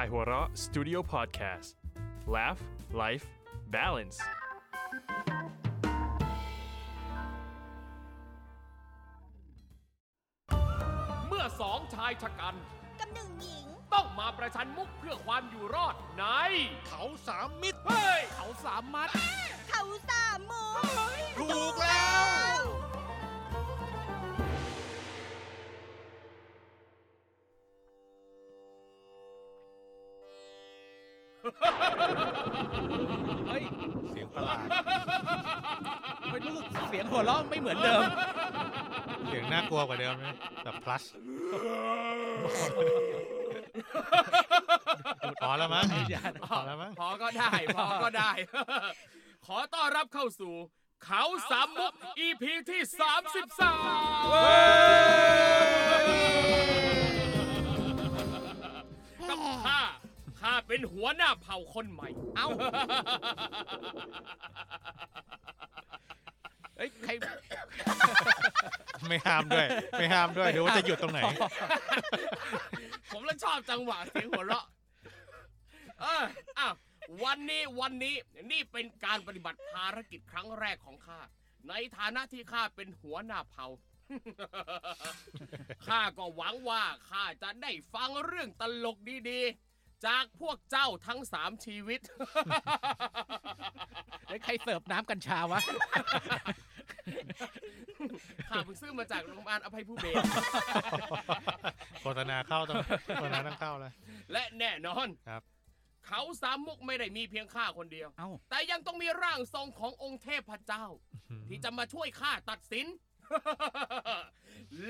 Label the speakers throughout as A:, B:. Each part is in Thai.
A: ายหัวเราะ Studio Podcast Laugh Life Balance
B: เมื่อสองชายชะกัน
C: กับหนึ่งหญิง
B: ต้องมาประชันมุกเพื่อความอยู่รอดใน
D: เขาสามมิตร
B: เฮ้ย เขาสามมัด
C: เขาสามหมู
D: ถูกแล้ว
E: เฮ้ย
D: เสียงประหลาด
E: ไม่รู้สึกเสียงหัวเราะไม่เหมือนเดิม
D: เสียงน่ากลัวกว่าเดิมนะแบบ plus พอแล้วมั้ง
E: ไม่ได้
D: พอแล้วมั้ง
B: พอก็ได้ พอก็ได้ ขอต้อนรับเข้าสู่ เขาสามมุก EP ที่ 33กับข้าข้าเป็นหัวหน้าเผ่าคนใหม่ เอ้า
E: เฮ้ยใคร
D: ไม่ห้ามด้วย ไม่ห้ามด้วยเดี๋ยวว่าจะหยุดตรงไหน
B: ผมแล้วชอบจังหวะเสียงหัวเราะ เอออ้าววันนี้วันนี้นี่เป็นการปฏิบัติภารกิจครั้งแรกของข้า ในฐานะที่ข้าเป็นหัวหน้าเผ่า ข้าก็หวังว่าข้าจะได้ฟังเรื่องตลกดีๆ จากพวกเจ้าทั้งสามชีวิต
E: เฮ้ยใครเสิร์ฟน้ำกัญชาวะ
B: ข้าเพิ่งซื้อมาจากโรงพยาบาลอภัยภูเบศร
D: โฆษณาเข้าต้องโฆษณาต้องเข้าเลย
B: และแน่นอน
D: ครับ
B: เขาสามมุกไม่ได้มีเพียงข้าคนเดียว
E: เอ้า
B: แต่ยังต้องมีร่างทรงขององค์เทพเจ้า ที่จะมาช่วยข้าตัดสิน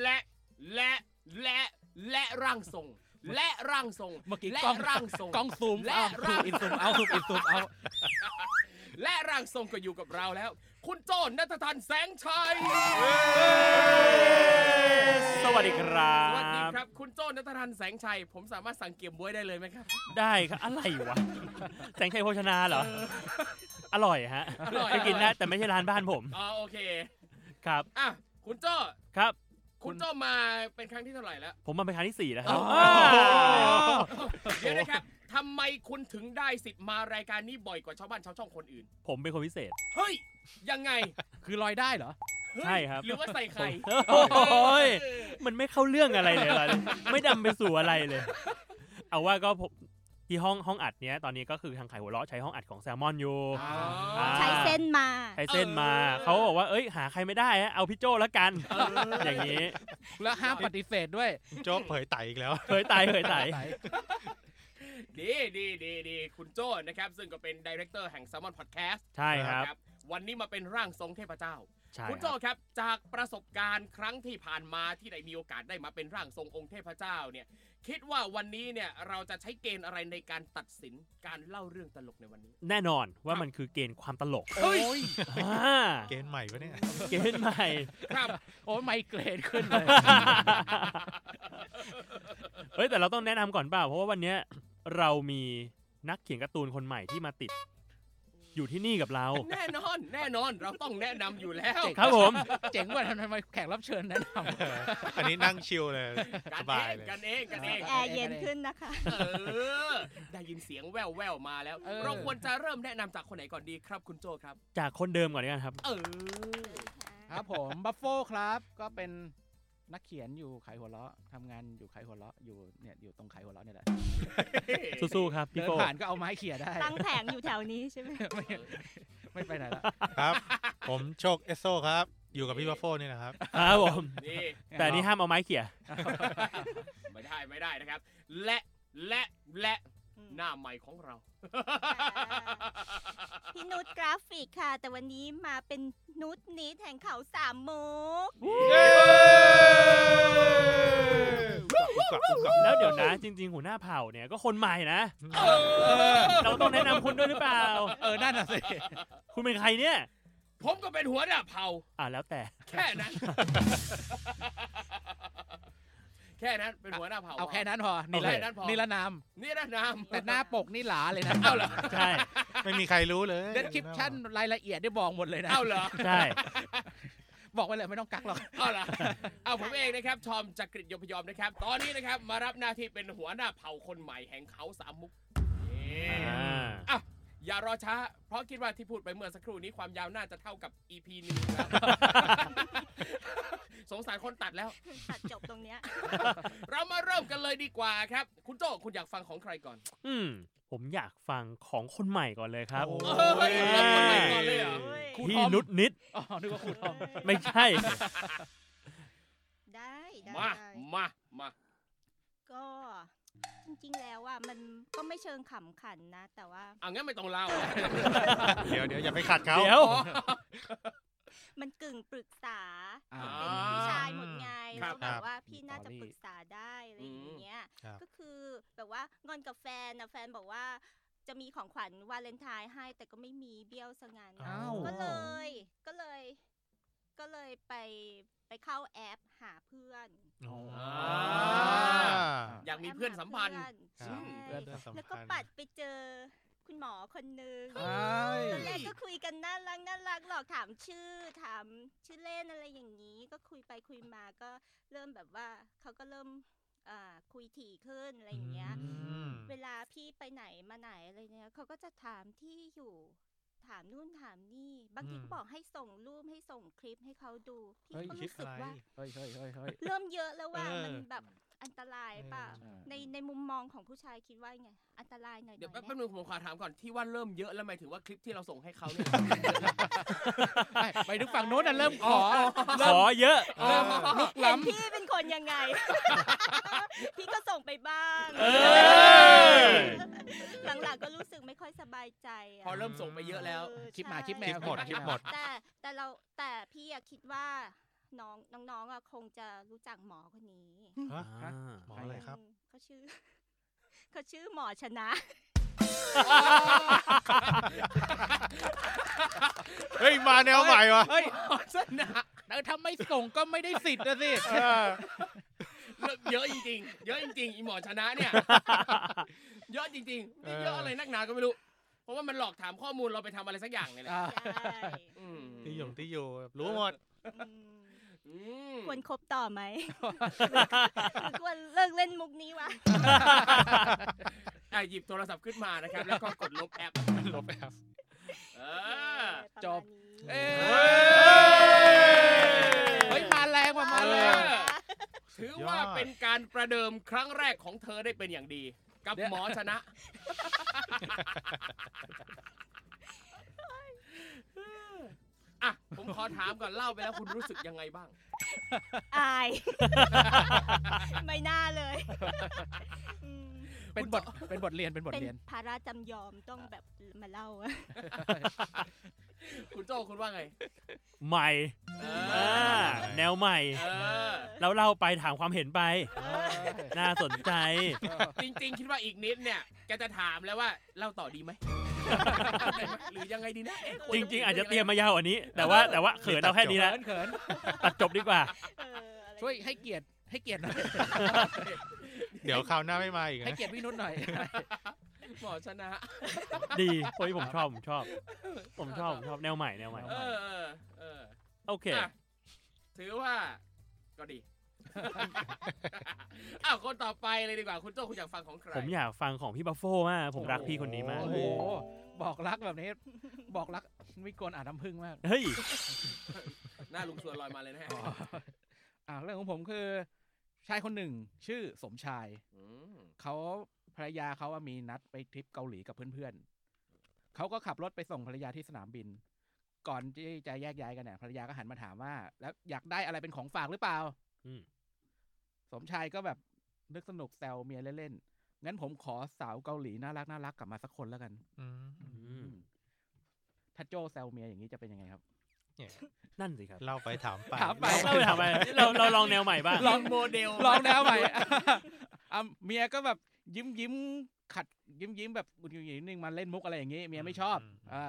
B: และและและและร่างทรง และร่างทรง
E: เมื่อกี้
B: และ
E: กล้อง
B: ร่างทรง
E: กล้องซูม
B: และ
E: เอาซู
B: ร่าง
E: มอินซูมเอาซูมอินซูมเอา
B: และร่างทรงก็อยู่กับเราแล้ว คุณโจนัททันแสงชัย
F: สวัสดีครั
B: สวัสดี
F: บ
B: ครับ คุณโจนัททันแสงชัย ผมสามารถสั่งเกี๊ยวบ๊วยได้เลยไหมครับ
F: ได้ครับอะไรวะ แสงชัยโภชนาเหรอ อร่อยฮะ
B: อร่อย
F: ไปกินนะแต่ไม่ใช่ร้านบ้านผม
B: อ๋อโอเค
F: ครับ
B: อ่ะคุณโจ
F: ครับ
B: คุณโจมาเป็นครั้งที่เท่าไหร่แล้ว
F: ผมมาเป็นครั้งที่สี่แล้วครับ
B: อ๋อ
F: า
B: เดี๋ยวนะครับทำไมคุณถึงได้สิทธิ์มารายการนี้บ่อยกว่าชาวบ้านชาวช่องคนอื่น
F: ผมเป็นคนพิเศษ
B: เฮ้ย ยังไง
E: คือลอยได้เหรอ
B: เฮ้ย
F: ใช่ครับ
B: หรือว่าใส่ไข่
F: โอ้ย
B: เออ
F: มันไม่เข้าเรื่องอะไรเลยล่ะไม่ดำไปสู่อะไรเลย เอาว่าก็ผมที่ห้องห้องอัดเนี้ยตอนนี้ก็คือทางขายหัวเราะใช้ห้องอัดของแซลมอนอยู่
B: อ๋อ
F: อ่า
C: ใช้เส้นมา
F: ใช้เส้นมา
B: เออ
F: เขาบอกว่าเอ้ยหาใครไม่ได้ฮะเอาพี่โจ้ละกัน อย่างนี้
E: แล้วห้ามปฏิเสธด้วย
D: โจ๊กเผยไตอีกแล้ว
F: เคยตายเคยตาย
B: ดีดีดีดีคุณโจนะครับ ซึ่งก็เป็นดีเรคเตอร์แห่ง s ซ l m o n Podcast
F: ใช่ครับ
B: นะวันนี้มาเป็นร่างทรงเทพเจ้า
F: ใช่
B: คุณ
F: ค
B: โจ
F: รับ
B: ครับ จากประสบการณ์ครั้งที่ผ่านมาที่ได้มีโอกาสได้มาเป็นร่างทรงองค์เทพเจ้าเนี่ย คิดว่าวันนี้เนี่ยเราจะใช้เกณฑ์อะไรในการตัดสินการเล่าเรื่องตลกในวันนี้
F: แน่นอนว่ามันคือเกณฑ์ความตลก
E: โอ้ย
F: อ่า
D: เกณฑ์ใหม่ปะเนี่ย
F: เกณฑ์ใหม่
B: ครับ
E: โอ้ยไมเกรนขึ้นเลย
F: เฮ้ยแต่เราต้องแนะนำก่อนเปล่า เพราะว่าวันเนี้ยเรามีนักเขียนการ์ตูนคนใหม่ที่มาติด อยู่ที่นี่กับเรา
B: แน่นอนแน่นอนเราต้องแนะนำอยู่แล้ว
E: เจ๋ง
F: ครับผม
E: เจ๋งว่ะทำไมแขกรับเชิญแนะน
D: อันนี้นั่งชิลเลย
B: กั
D: ส
B: น
D: บา
B: เอย ง
D: เลย
B: กันเองกันเอง
C: แอร์เย็นขึ้นนะคะ
B: เออ ได้ยินเสียงแว่วแววๆมาแล้ว
E: เออ
B: เราควรจะเริ่มแนะนำจากคนไหนก่อนดีครับคุณโจครับ
F: จากคนเดิมก่อนดีกันครับ
B: เออ
E: ำครับผมบัฟโฟครับ ก็เป็นนักเขียนอยู่ขายหัวเราะทำงานอยู่ขายหัวเราะอยู่เนี่ยอยู่ตรงขายหัวเราะเนี่ยแหละ
F: สู้ๆครับพี่
E: เดิน
F: โป้
E: ผ่านก็เอาไม้เขี่ยได้
C: ตั้งแผงอยู่แถวนี้ใช่ไหม
E: ไม่ไม่ไปไหนละ
D: ครับ ผมโชคเอสโซครับ อยู่กับพี่วัฟเฟิลนี่นะครับ
F: ครับผม
B: นี่
F: แต่อันนี้ห้ามเอาไม้เขี่ย
B: ไม่ได้ไม่ได้นะครับ และและและหน้าใหม่ของเรา
C: พี่นุชกราฟิกค่ะ แต่วันนี้มาเป็นนุชนิดแห่งเขาสามมุก
F: แล้วเดี๋ยวนะ จริง ๆ หัวหน้าเผ่าเนี่ยก็คนใหม่นะ เราต้องแนะนำคุณด้วยหรือเปล่า
E: เออ นั่นน่ะสิ
F: คุณเป็นใครเนี่ย
B: ผมก็เป็นหัวหน้าเผ่า
F: อ่าแล้วแต่
B: แค่นั้น แค่นั้นเป็นหัวหน้าเผ่า
E: เอาแค่นั้นพอ นี่
F: โอ
E: ละ
F: เค
B: นั้นพอ
E: นี่ละนาม
B: นี่นะนาม
E: แต่หน้าปกนี่หลาเลยนะ
B: เอาเหรอ
F: ใช่
D: ไม่มีใครรู้เลย
E: เดสคริปชั่นรายละเอียดได้บอกหมดเลยนะ
B: เอาเหรอ
F: ใช่
E: บอกไว้เลยไม่ต้องกักหรอก
B: เอาล่ะเอาผมเองนะครับทอมจักริดยมพยอมนะครับ ตอนนี้นะครับมารับหน้าที่เป็นหัวหน้าเผ่าคนใหม่แห่งเขาสามมุกเย้
F: อ่า
B: อ่ะอย่ารอช้า เพราะคิดว่าที่พูดไปเมื่อสักครู่นี้ความยาวน่าจะเท่ากับ EP หนึ่งครับ สงสารคนตัดแล้ว
C: ตัดจบตรงเนี้ย
B: เรามาเริ่มกันเลยดีกว่าครับ คุณโจ้คุณอยากฟังของใครก่อน
F: อืมผมอยากฟังของคนใหม่ก่อนเลยครับ
E: โอ้
B: เฮ้ยเอาคนใหม่ก่อนเลยเหรอ
C: ครู
F: ที่นุดนิด
E: อ๋อนึกว่าครูทอม
F: ไม่ใช่
C: ได้ได้
B: มา
C: ได้
B: มามา
C: ก็จริงๆแล้วอ่ะมันก็ไม่เชิงขำขันนะ แต่ว่า
B: เอางั้นไม่ต้องเล่า
D: เดี๋ยวเดี๋ยวอย่าไปขัดเขา
F: เดี๋ยว
C: มันกึ่งปรึกษา
E: อ่า
C: เป็นผู้ชายหมดไง
B: ค
C: แล้
B: รับ
C: วแบบว่าพี่
E: มี
C: น่าจะ
E: ต
C: ป
E: อรี่
C: รึกษาได้อะไรอย่างเงี้ย
D: ครับ
C: ก็คือแบบว่างอนกับแฟนนะแฟนบอกว่า จะมีของขวัญวาเลนไทน์ให้แต่ก็ไม่มีเบี้ยวซะงั้น
E: อ้าว
C: ก็เลย ก็เลย ก็เลยไปไปเข้าแอปหาเพื่อน
D: อ๋อ
B: อ่ อ
C: อย
B: ากมีเพื่อนสัมพันธ์
C: ใช่
D: เรื่องสำคัญ
C: แล้วก็ปัดไปเจอคุณหมอคนนึง
E: อ้าย
C: ตอนแรกก็คุยกันน่ารักน่ารักหรอกถามชื่อถามชื่อเล่นอะไรอย่างนี้ ก็คุยไปคุยมาก็เริ่มแบบว่าเขาก็เริ่มอ่าคุยถี่ขึ้นอะไรอย่างเงี้ย
D: อืม
C: เวลาพี่ไปไหนมาไหนอะไรเนี้ยเขาก็จะถามที่อยู่ ถามนู่นถามนี่ บางที
D: อืม
C: ก็บอกให้ส่งรูปให้ส่งคลิปให้เขาดูพี่
E: เฮ้ย
C: ก็
D: คิด
C: รู้สึ
D: อะ
C: ก
D: ไร
C: ว่า
E: เฮ้ยเฮ้ยเฮ้ยเฮ้ย
C: เริ่มเยอะแล้วว่า
D: เออ
C: มันแบบอันตรายเปล่า
E: เออ
C: ในในมุมมองของผู้ชายคิดว่าไงอันตรายหน่อยๆ
B: เดี๋ยวแป๊บ
C: ไหม
B: แป๊บนึงผมขอถามก่อนที่ว่าเริ่มเยอะแล้วหมายถึงว่าคลิปที่เราส่งให้เขาเนี่ย
E: ไม่ไปดูฝั่งโน้นน่ะเริ่มขอ
F: ขอเยอะ
E: เริ่มลุก
C: เห็น
E: ล้ำ
C: พี่เป็นคนยังไง พี่ก็ส่งไปบ้าง
F: เอ
D: อ
C: หลังๆก็รู้สึกไม่ค่อยสบายใจอะ
B: พอเริ่มส่งไปเยอะแล้ว
C: เออ
E: คลิปหมา
C: ใช่
E: คลิปแมว
D: คลิปหมดคลิปหมด
C: แต่แต่เราแต่พี่อะคิดว่าน้องน้องๆอะคงจะรู้จักหมอคนนี้
E: ฮะ
D: หมออะไรครับ
C: อืมเขาชื่อ เขาชื่อหมอชนะ
D: เฮ้ย มาแนวใหม่วะ
E: เฮ้ย
B: สนะ
E: แล้วถ้าไม่ส่งก็ไม่ได้สิทธิ์นะสิ
D: เออ
B: เรื่องเยอะจริงๆ เยอะจริงๆอีหมอชนะเนี่ย เยอะจริงๆ
D: เออ
B: เยอะอะไรนักหนาก็ไม่รู้ เพราะว่ามันหลอกถามข้อมูลเราไปทำอะไรสักอย่างเนี่ยแหละ
E: อ่า
C: ใช่
B: อืม
D: ที่หยงที่อยู่รู้หมด
C: อืม
B: อืม
C: ควรคบต่อไหม หรือควรเลิกเล่นมุกนี้วะ
B: อ่ะหยิบโทรศัพท์ขึ้นมานะครับ แล้วก็กดลบแอป
D: ลบแอป
B: เออ
E: จบ
C: เออ
B: เอ้
C: ย
E: เฮ้ยมาแรง
C: ป
E: ว่ะ
C: ระมา
E: มา
C: ณ
E: แร
C: นี้
E: ง
B: เออ ถือว่าเป็นการประเดิมครั้งแรกของเธอได้เป็นอย่างดี กับ
E: เดี๋ยว
B: หมอชนะ อ่ะ ผมขอถามก่อนเล่าไปแล้วคุณรู้สึกยังไงบ้าง
C: อาย ไม่น่าเลยอืม
E: เป็นบทเป็นบทเรียนเป็นบท
C: เป็น
E: เรียน
C: ภาระจำยอมต้องแบบมาเล่าอะ
B: คุณโจ้คุณว่าไง
F: ใหม่
B: เอ
F: อ่า
B: อ
F: แนวใหม่
B: เออ
F: แล้วเล่าไปถามความเห็นไป น่าสนใจ
B: จริงๆ คิดว่าอีกนิดเนี่ยแกจะถามแล้วว่าเล่าต่อดีไหม หรือยังไงดีนะเอ๊ะควป็น
F: จริง ๆ อาจจะเตรียมมายาวกว่านี้ แต่ว่าแต่ว่าเขินเอาแค่นี้
E: เขิ
F: ละ
E: นเขิน
F: ตัดจบดีกว่า
C: เอออะไร
E: ช่วยให้เกียรติให้เกียรติหน่อย
D: เดี๋ยวคราวหน้าไม่มาอีก
E: ให้
D: นะ
E: เกียรติพี่นุชหน่อย
B: หมอชนะ
F: ดีโอ้ยผมชอบผมชอบ ผมชอบผมชอบแนวใหม่แนวใหม่
B: เออเออเออ
F: โอเค
B: อ่ะถือว่าก็ดี อ้าวคนต่อไปเลยดีกว่า คุณโจ้คุณอยากฟังของใคร
F: ผมอยากฟังของพี่บัฟโฟมากผมรักพี่คนนี้มาก
E: โอ้โห บอกรักแบบนี้ บอกรักไม่กวนอ่านน้ำพึ่งมาก
F: เฮ้ย
B: หน้าลุงสวนลอยมาเลยนะฮะ
E: อ่าเรื่องของผมคือ ชายคนหนึ่งชื่อสมชาย
B: ม
E: เขาภรรยาเขาอะมีนัดไปทริปเกาหลีกับเพื่อนๆ เขาก็ขับรถไปส่งภรรยาที่สนามบิน ก่อนที่จะแยกย้ายกันเนี่ยภรรยาก็หันมาถามว่า แล้วอยากได้อะไรเป็นของฝากหรือเปล่า
F: อืม
E: สมชายก็แบบนึกสนุกแซวเมียเล่นๆ งั้นผมขอสาวเกาหลีน่ารักน่ารักกลับมาสักคนแล้วกัน
D: อืม
F: อืม
E: ถ้าโจแซวเมียอย่างนี้จะเป็นยังไงครับ
F: นั่นสิครับ
D: เล่าไปถามไป
E: ถามไป
F: เราไปถามไปเราเราลองแนวใหม่บ้าง
B: ลองโมเดล
E: ลองแล้วใหม่ อ่ะเมียก็แบบยิ้มยิ้มขัดยิ้มยิ้มแบบหงุดหงิดนิดนึงมาเล่นมุกอะไรอย่างงี้เมียไม่ชอบ
D: อืมอืม
E: อ่า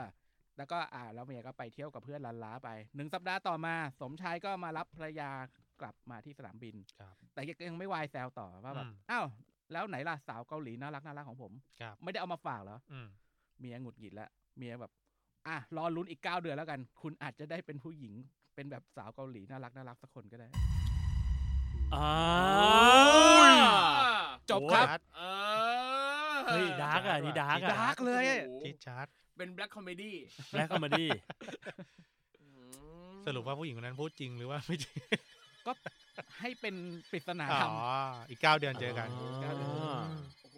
E: แล้วก็อ่าแล้วเมียก็ไปเที่ยวกับเพื่อนลันล้าไปหนึ่งสัปดาห์ต่อมา สมชายก็มารับภรรยากลับมาที่สนามบิน
D: ครับ
E: แต่ยังไม่วายแซวต่อว่าแบบ
D: อืม
E: อ้าวแล้วไหนล่ะสาวเกาหลีน่ารักน่ารักของผม
D: ครับ
E: ไม่ได้เอามาฝากเหรอ
D: อืม
E: เมียหงุดหงิดละเมียแบบ อ่ะรอลุ้นอีกเก้าเดือนแล้วกัน คุณอาจจะได้เป็นผู้หญิง เป็นแบบสาวเกาหลีน่ารักน่ารักสักคนก็ได้
F: อ่า
E: จบครับ
D: โอ้ย
B: เออ
F: เฮ้ยดาร์กอ่ะนี่ดาร์กอ่ะ
E: ดาร์กเลย
B: โอ้โห
D: ที่ชาร์จ
B: เป็นแบล็ k คอมเมดี้
F: แบล็คคอมเมดี้
D: สรุปว่าผู้หญิงคนนั้นพูดจริงหรือว่าไม่จริง
E: ให้เป็นปริศนา
D: อ๋
E: ธรรม
D: ออีกเก้าเดือนเจอกัน
E: า
B: โอ้โห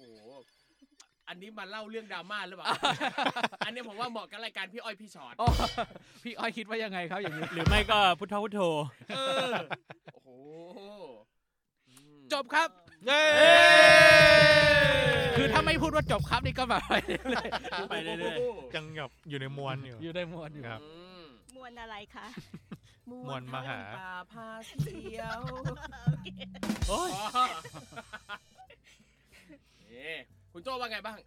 B: อันนี้มาเล่าเรื่องดราม่าหรือเปล่า อันนี้ผมว่าเหมาะกับรายการพี่อ้อยพี่ชอต
E: โอ้พี่อ้อยคิดว่ายังไงครับอย่าง นี้
F: หรือไม่ก็พุทธพุทโธ
B: เออโอ้โหอืม
E: จบครับ
D: เย้
E: คือถ้าไม่พูดว่าจบครับนี่ก็ แบบ
F: ไปเรื่อย
B: โโห
D: ยังแบบอยู่ในมวลอยู่
E: อยู่ได้มวนอยู่
D: ครับ
B: อืม
C: มวลอะไรคะ
D: มวลมหา
B: ทั้งป่าพาเสียว
F: โอ้ย
B: เอ๊ะคุณโจ้ว่าไงบ้าง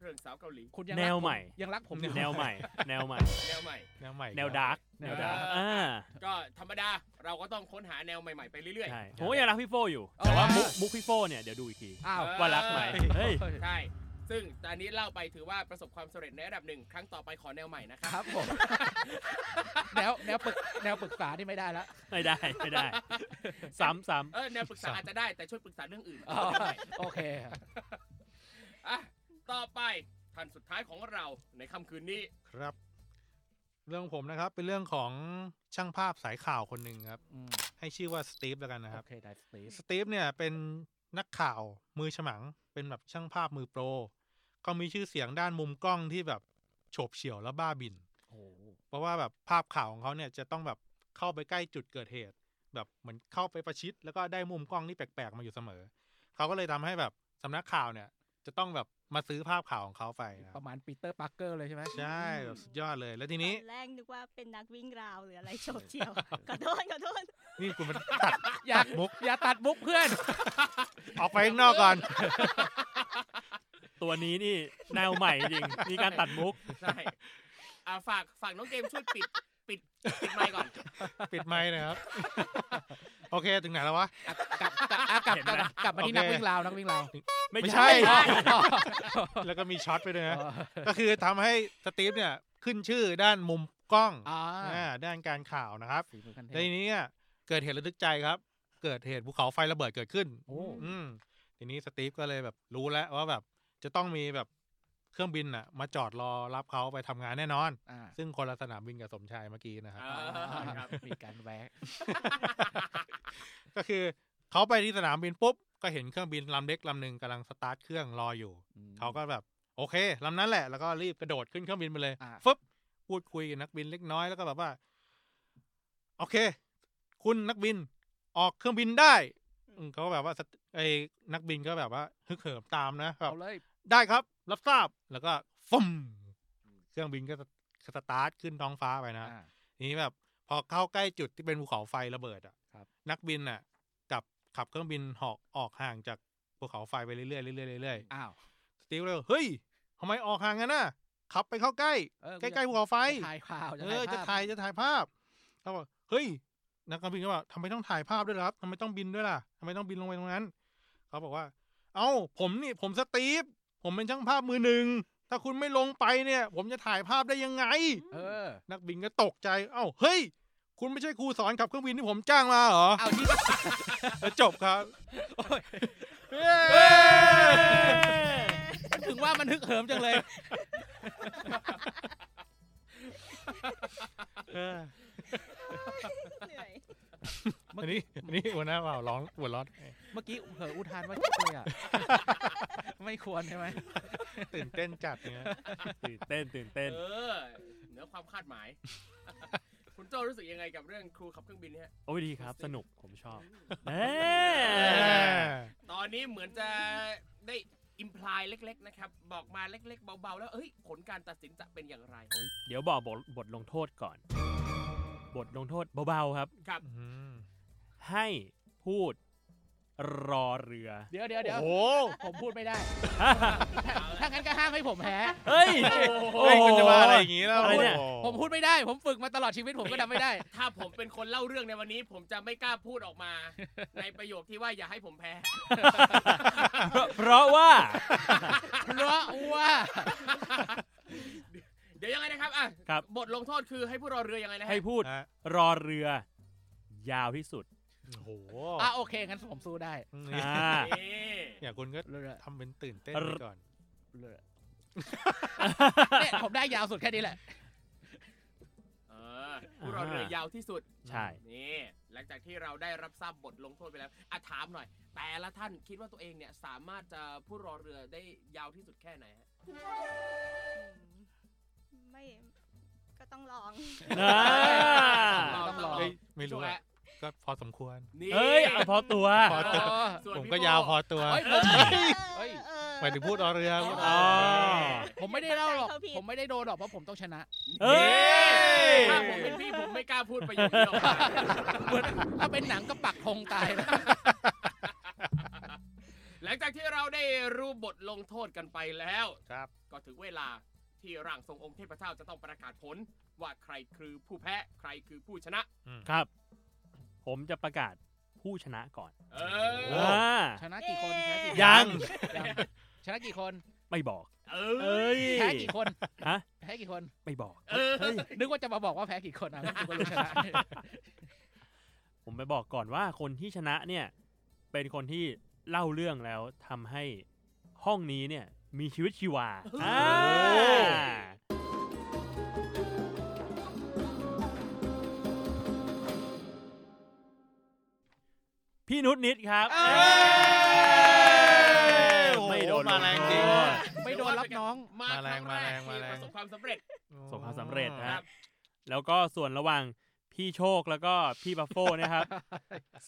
B: เรื่องสาวเกาหลี
E: คุณยัง
F: แนว
E: รักผ
F: ใหม่
E: ยังรักผมอยู่
F: แนวใหม่ แนวใหม่
B: แนวใหม่
D: แนวใหม่
F: แนวดาร์ก
E: แน
F: แน
E: ว
F: ว
E: ดา
F: ดา
E: ร์ก
F: ร์กอ่า
B: ก็ธรรมดาเราก็ต้องค้นหาแนวใหม่ ๆ ไปเรื่อย
F: ใช่ผมก็ยังรักพี่โฟอยู่ แต่ว่ามุกมุกพี่โฟเนี่ยเดี๋ยวดูอีกที
E: อ้าว
B: เออ
F: ว่ารักไหมเฮ้ย
B: ๆ ใช่ ซึ่งตอนนี้เล่าไปถือว่าประสบความสำเร็จในระดับหนึ่ง ครั้งต่อไปขอแนวใหม่นะค
E: ค
B: รั
E: รับ บผม แนวแนวปรึกแนวปรึกษานี่ไม่ได้ ละ
F: ไม่ได้ไม่ได้ ซ้ำซ้
B: เออ แนวปรึกษาอาจจะได้แต่ช่วยปรึกษาเรื่องอื่น
E: อ๋อ โอเค
B: อ่ะต่อไปท่านสุดท้ายของเราในค่ำคืนนี้
D: ครับ เรื่องผมนะครับ เป็นเรื่องของช่างภาพสายข่าวคนหนึ่งครับ
E: อืม
D: ให้ชื่อว่าสตีฟแล้วกันนะครับ
E: โอเคได้สตีฟ
D: สตีฟเนี่ยเป็นนักข่าวมือฉมัง เป็นแบบช่างภาพมือโปร ก็มีชื่อเสียงด้านมุมกล้องที่แบบโฉบเฉี่ยวและบ้าบิน
E: โอ้โห
D: เพราะว่าแบบภาพข่าวของเขาเนี่ยจะต้องแบบเข้าไปใกล้จุดเกิดเหตุ แบบเหมือนเข้าไปประชิด แล้วก็ได้มุมกล้องที่แปลกๆมาอยู่เสมอ เขาก็เลยทำให้แบบสำนักข่าวเนี่ย จะต้องแบบมาซื้อภาพข่าวของเขาไปนะค
E: ป
D: รับ
E: ระมาณปีเตอร์ปาร์เกอร์เลยใช่ไหม
D: ใช่แบบสุดยอดเลยแล้วที
C: ต
D: นี้
C: อนแรกนึกว่าเป็นนักวิ่งราวหรืออะไรโฉบเฉี่ยวขอโทษขอโทษ
D: นี่ คุณมันตัด
E: อ
D: ตั
E: ยาก
D: ดมุก
E: อย่าตัดมุกเพื่อน
D: ออกไปข้างนอกก่อน
F: ำตัวนี้นี่แนวใหม่ จริง มีการตัดมุก
B: ใช่อ่ะฝากฝากน้องเกมช่วยปิดปิดปิดไมค์ก่อน
D: ปิดไมค์หนะครับ โอเคถึงไหนแล้ววะ
E: กลับกลับอ่ะกลับ
F: เห็น
E: กลับ
F: ไห
E: มากลับ
F: ม
E: มาที่นัก
D: โอเค
E: วิ่งราวนักวิ่ งราว
F: ไม่
D: ไม่ใช่
F: ใช่
D: แล้วก็มีช็อตไปด้วยนะ
E: เออ
D: ก็คือทำให้สตีฟเนี่ยขึ้นชื่อด้านมุมกล้อง
E: อ่า
D: อ่าด้านการข่าวนะครับ
E: ฝีมือขั้นเท
D: แล้วที
E: พ
D: นี้เนี่ยเกิดเหตุระทึกใจครับ เกิดเหตุภูเขาไฟระเบิดเกิดขึ้น
E: โอ้
D: อืมทีนี้สตีฟก็เลยแบบรู้แล้วว่าแบบจะต้องมีแบบเครื่องบินอ่ะ มาจอดรอรับเขาไปทำงานแน่นอน
E: อ่า
D: ซึ่งคนละสนามบินกับสมชายเมื่อกี้ นะครับ
B: อ่า ครับ
E: มีการแวะ
D: ก็คือเขาไปที่สนามบินปุ๊บ ก็เห็นเครื่องบินลำเล็กลำหนึ่งกำลังสตาร์ทเครื่องรออยู่
E: อืม
D: เขาก็แบบโอเคลำนั้นแหละ แล้วก็รีบกระโดดขึ้นเครื่องบินไปเลย
E: อ่า
D: ฟึบพูดคุยกับนักบินเล็กน้อยแล้วก็แบบว่า โอเค คุณนักบินออกเครื่องบินได้อืมเขาก็แบบว่าสตไอ้นักบินก็แบบว่าฮึกเหิมตามนะแบบ
E: เอาเลย
D: ได้ครับ รับทราบแล้วก็ฟึ่มเครื่องบินก็สตาร์ทขึ้นท้องฟ้าไปนะ
E: อ่า
D: ทีนี้แบบพอเข้าใกล้จุดที่เป็นภูเขาไฟระเบิดอ่ะ
E: ครับ
D: นักบินอ่ะกับขับเครื่องบินหอกออกห่างจากภูเขาไฟไปเรื่อยๆเรื่อยๆเรื่อย
E: อ้าว
D: ๆสตีฟเลยเฮ้ยทำไมออกห่างกันน่ะขับไปเข้าใกล้
E: เออ
D: ใกล้ๆภูเขาไฟ
E: จะถ่ายข่าวจะ
D: เอ
E: ถ่าภาพ
D: อย จะถ่ายจะถ่ายภาพเขาบอกเฮ้ยนักบินก็บอกทำไมต้องถ่ายภาพด้วยล่ะครับทำไมต้องบินด้วยล่ะทำไมต้องบินลงไปตรงนั้นเขาบอกว่า เอ้าผมนี่ผมสตีฟผมเป็นช่างภาพมือหนึ่งถ้าคุณไม่ลงไปเนี่ย ผมจะถ่ายภาพได้ยังไง
E: เออ
D: นักบินก็ตกใจ เอ้า เฮ้ย คุณไม่ใช่ครูสอนขับเครื่องบินที่ผมจ้างมาเหรอ
E: เอา ที่
D: แล้วจบครับ
E: โอ้ย
D: เย้
E: ถึงว่ามันฮึกเหิมจังเลย
D: เออ
C: เหนื่อย
D: อันนี้อันนี้หัวหน้าเปล่าร้องหัวร้อน
E: เมื่อกี้เผลออุทานว่าจิ๊บเลยอ่ะ ไม่ควรใช่ไหม
D: ตื่นเต้นจัดเนี่ย
F: ตื่นเต้นตื่นเต้น
B: เออเหนือความคาดหมาย คุณโจรู้สึกยังไงกับเรื่องครูขับเครื่องบินเนี่ย
F: โอ้ยดีครับ สนุกผมช อบแหม
B: ตอนนี้เหมือนจะได้อิมพลายเล็ก ๆ นะครับ บอกมาเล็ก ๆ เบา ๆ แล้วเอ้ย ผลการตัดสินจะเป็นอย่างไร
F: เดี๋ยวบอกบทบทลงโทษก่อน บทลงโทษเบาๆครับ
D: อืม
F: ให้พูดรอเรือ
E: เดี๋ยวเดี๋ยวเดี๋ยว
D: โอ้โห
E: ผมพูดไม่ได้ ถ้างั้นก็ห้ามให้ผมแพ้
F: เฮ้ย
D: เฮ้ยคุณจะมาอะไรอย่างงี้แล้ว
F: อะไรเนี่ย
D: โโห
E: ผมพูดไม่ได้ ผมฝึกมาตลอดชีวิตผมก็ทำไม่ได้
B: ถ้าผมเป็นคนเล่าเรื่องในวันนี้ ผมจะไม่กล้าพูดออกมา ในประโยคที่ว่าอย่าให้ผมแพ้
F: เพราะเพราะว่า
E: เพราะว่า
B: เดี๋ยวยังไงนะครับอ่ะ
F: ครับ
B: บทลงโทษ ษคือให้ผู้รอเรือยังไงนะฮะ
F: ให้พูด
D: นะฮะ
F: รอเรือ ยาวที่สุด
D: โอ้โห
E: อ่ะโอเคงั้นผมสู้ได้
D: นี่
F: อ่า
B: นี่
D: เนี่ยคุณก็
E: เรือ
D: ทำเป็นตื่นเต้นไปก่อน
E: เรือเนี่ยผมได้ยาวสุดแค่นี้แหละ
B: เออผู้รอเรือยาวที่สุด
F: ใช่
B: นี่หลังจากที่เราได้รับทราบบทลงโทษไปแล้วอะถามหน่อย แต่ละท่านคิดว่าตัวเองเนี่ยสามารถจะผู้รอเรือได้ยาวที่สุดแค่ไหนฮะ
C: อืมไม่ก็ต้องลอง
F: อ่า
E: ต้องลอง
D: เอ้ยไม่รู้
B: แห
D: อะก็พอสมควร
B: นี่
F: เอ้ยเอาพอตัว
D: พอตัว
B: ส่น
D: ผม
B: พี่
D: ก็
B: โป้
D: ยาวพอตัว
B: เฮ้ย
E: เอ้ย
C: เออ
D: หมายถึงพูดรอเรือพูดร
F: อ๋
D: อ
F: อ
D: เรือ
E: ผมไม่ได้เล่าหรอก
C: เข้าผิด
E: ผมไม่ได้โดนหรอกเพราะผมต้องชนะ
F: เอ้ย
B: ถ้าผมเป็นพี่ผมไม่กล้าพูดประโยคเดียว
E: เหมือนถ้าเป็นหนังก็ปักธงตายแล้ว
B: หลังจากที่เราได้รู้บทลงโทษกันไปแล้ว
D: ครับ
B: ก็ถึงเวลาที่ร่างทรงองค์เทพเจ้าจะต้องประกาศผล ว่าใครคือผู้แพ้ใครคือผู้ชนะ
F: ครับ ผมจะประกาศผู้ชนะก่อน
B: เอ
D: โอ้
B: อ
F: อ่า
E: ชนะกี่คนชนะกี่คน
F: ยัง
E: ยังชนะกี่คน
F: ไม่บอก
B: เอ
F: เอ้
B: อ
F: ย
E: แพ้กี่คน
F: ฮะ
E: แพ้กี่คน
F: ไม่บอก
B: เออ
F: เฮ้ย
E: นึกว่าจะมาบอกว่าแพ้กี่คนอ่ะไม่รู้ว่ารู้ชนะ
F: ผมไปบอกก่อนว่าคนที่ชนะเนี่ย เป็นคนที่เล่าเรื่องแล้วทำให้ห้องนี้เนี่ย มีชีวิตชีวาอ่าพี่นุชนิดครับ
D: เอ้ยโอ้โห
F: ไม่โดนลง
D: มาแรงจริง
F: โทษ
E: ไม่โดนรับน้อง
B: มาครั้งแรก
D: มา
B: ที่
D: แรงมาแรง
B: ประสบความสำเร็จ
F: ประสบความสำเร็จ
B: ครั
F: นะ
B: บ
F: แล้วก็ส่วนระหว่างพี่โชคแล้วก็พี่บัฟโฟนะครับ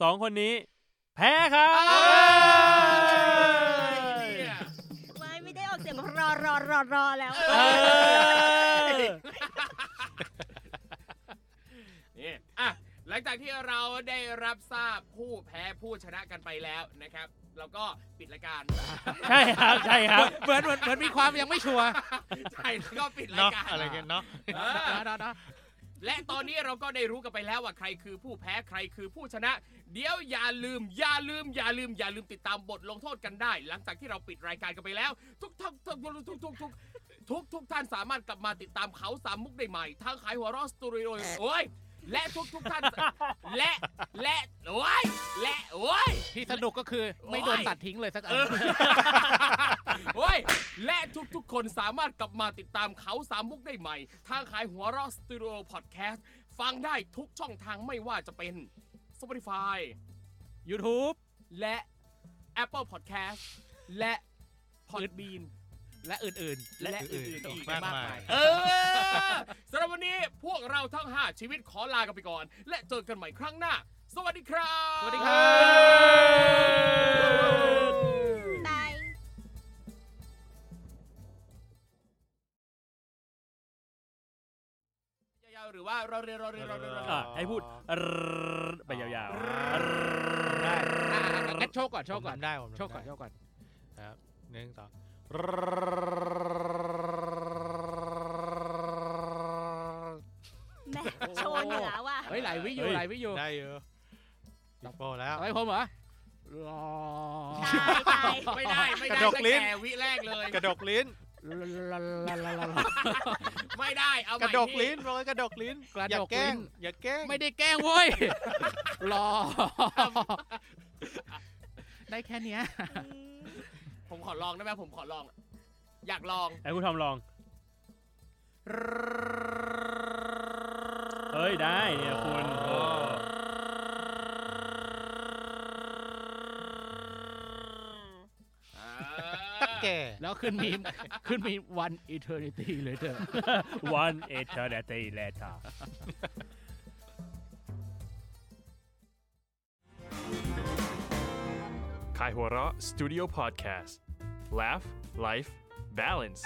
F: สองคนนี้ แพ้ครับ
B: เนี่ย
C: ไม่ไม่ได้ออกเสียงรอรอรอรอแล้ว
F: เออ
B: นี่อ่ะหลังจากที่เราได้รับทราบผู้แพ้ผู้ชนะกันไปแล้วนะครับ เราก็ปิดรายการ
F: ใช่ครับใช่ครับ
E: เหมือนเหมือนเหมือนมีความยังไม่ชัวร์
B: ใช่แล้วก็ปิดราย
D: เนาะ
B: การ
D: อะไรกันเนาะ
B: เออ
E: นะนะนะ
B: และตอนนี้เราก็ได้รู้กันไปแล้วว่าใครคือผู้แพ้ใครคือผู้ชนะ เดี๋ยวอย่าลืม อย่าลืม อย่าลืม อย่าลืมติดตามบทลงโทษกันได้ หลังจากที่เราปิดรายการกันไปแล้ว ทุกท่านทุกทุกทุกทุกทุกทุกท่านสามารถกลับมาติดตามเขาสามมุกได้ใหม่ทางขายหัวเรอสตูดิโอโอ้ยและทุกทุกท่านและและโอ้ยและโอ้ย
E: ที่สนุกก็คือไม่โดนตัดทิ้งเลยสักอัน
B: เออโอ้ย และทุกๆ คนสามารถกลับมาติดตามเขาสามมุกได้ใหม่ ทางขายหัวเรอสตูดิโอพอดแคสต์ ฟังได้ทุกช่องทางไม่ว่าจะเป็น Spotify
E: YouTube
B: และ Apple Podcast และ Podbean
E: และอื่นๆ และ
B: และอื่นๆอีกมากมาม
D: าก
B: ย
D: มาย
B: เออสำหรับวันนี้พวกเราทั้ง 5 ชีวิตขอลากันไปก่อน และเจอกันใหม่ครั้งหน้า สวัสดีครับ
E: สวัสดีครับ
C: บาย
B: ยาวๆหรือว่ารอเรือรอเรือรอเรือรอเรือ
F: อ่ะให้พูดไปยาวๆ
D: ได้
E: อ่ะอ่ะอ่ะงั้นโชว์ก่อนโชว์ก่อน
D: ผมทำได้ผมทำ
E: โชว์ก่อนโช
D: ได้
E: ว์ก่อน
D: ครับหนึ่งสอง
C: แหม่โชว์เหนือว่ะ
E: เฮ้ยไหลวิอ
F: เฮ้
E: ยู่
F: ย
E: ไหลวิอยู่
D: ได้เยอะติดโปรแล้ว
E: เอาไว้ผมเหรอรอ
C: ตายตาย
B: ไม่ได้ ไม่ได้
D: กระดกลิ้น
B: ตั้งแต่วิแรกเลย
D: กระดกลิ้น
E: ลาลาลาลาลา
B: ไม่ได้ เอาให
D: ก
B: ม่
D: ระดก
B: พี่
D: ลิ้นบอกว่ากระดกลิ้น
E: กระ
D: อย่า
E: ดก
D: แกล้
E: ลิ้
D: ง
E: น
D: อย่าแกล้ง
E: ไม่ได้แกล้งเว้ยรอ ได้แค่เนี้ย
C: อืม
B: ผมขอลองได้ไหมผมขอลอง อยากลอง
F: ให้คุณทอมลอง เฮ้ยได้เนี่ยคุณโอ้
D: ตักแก่
E: แล้วขึ้นมีมขึ้นมี one eternity เลยเถอะ
F: วันเอเทอร์เนตี้เลเตอร์
A: คายหัวเราะ Studio Podcast Laugh Life Balance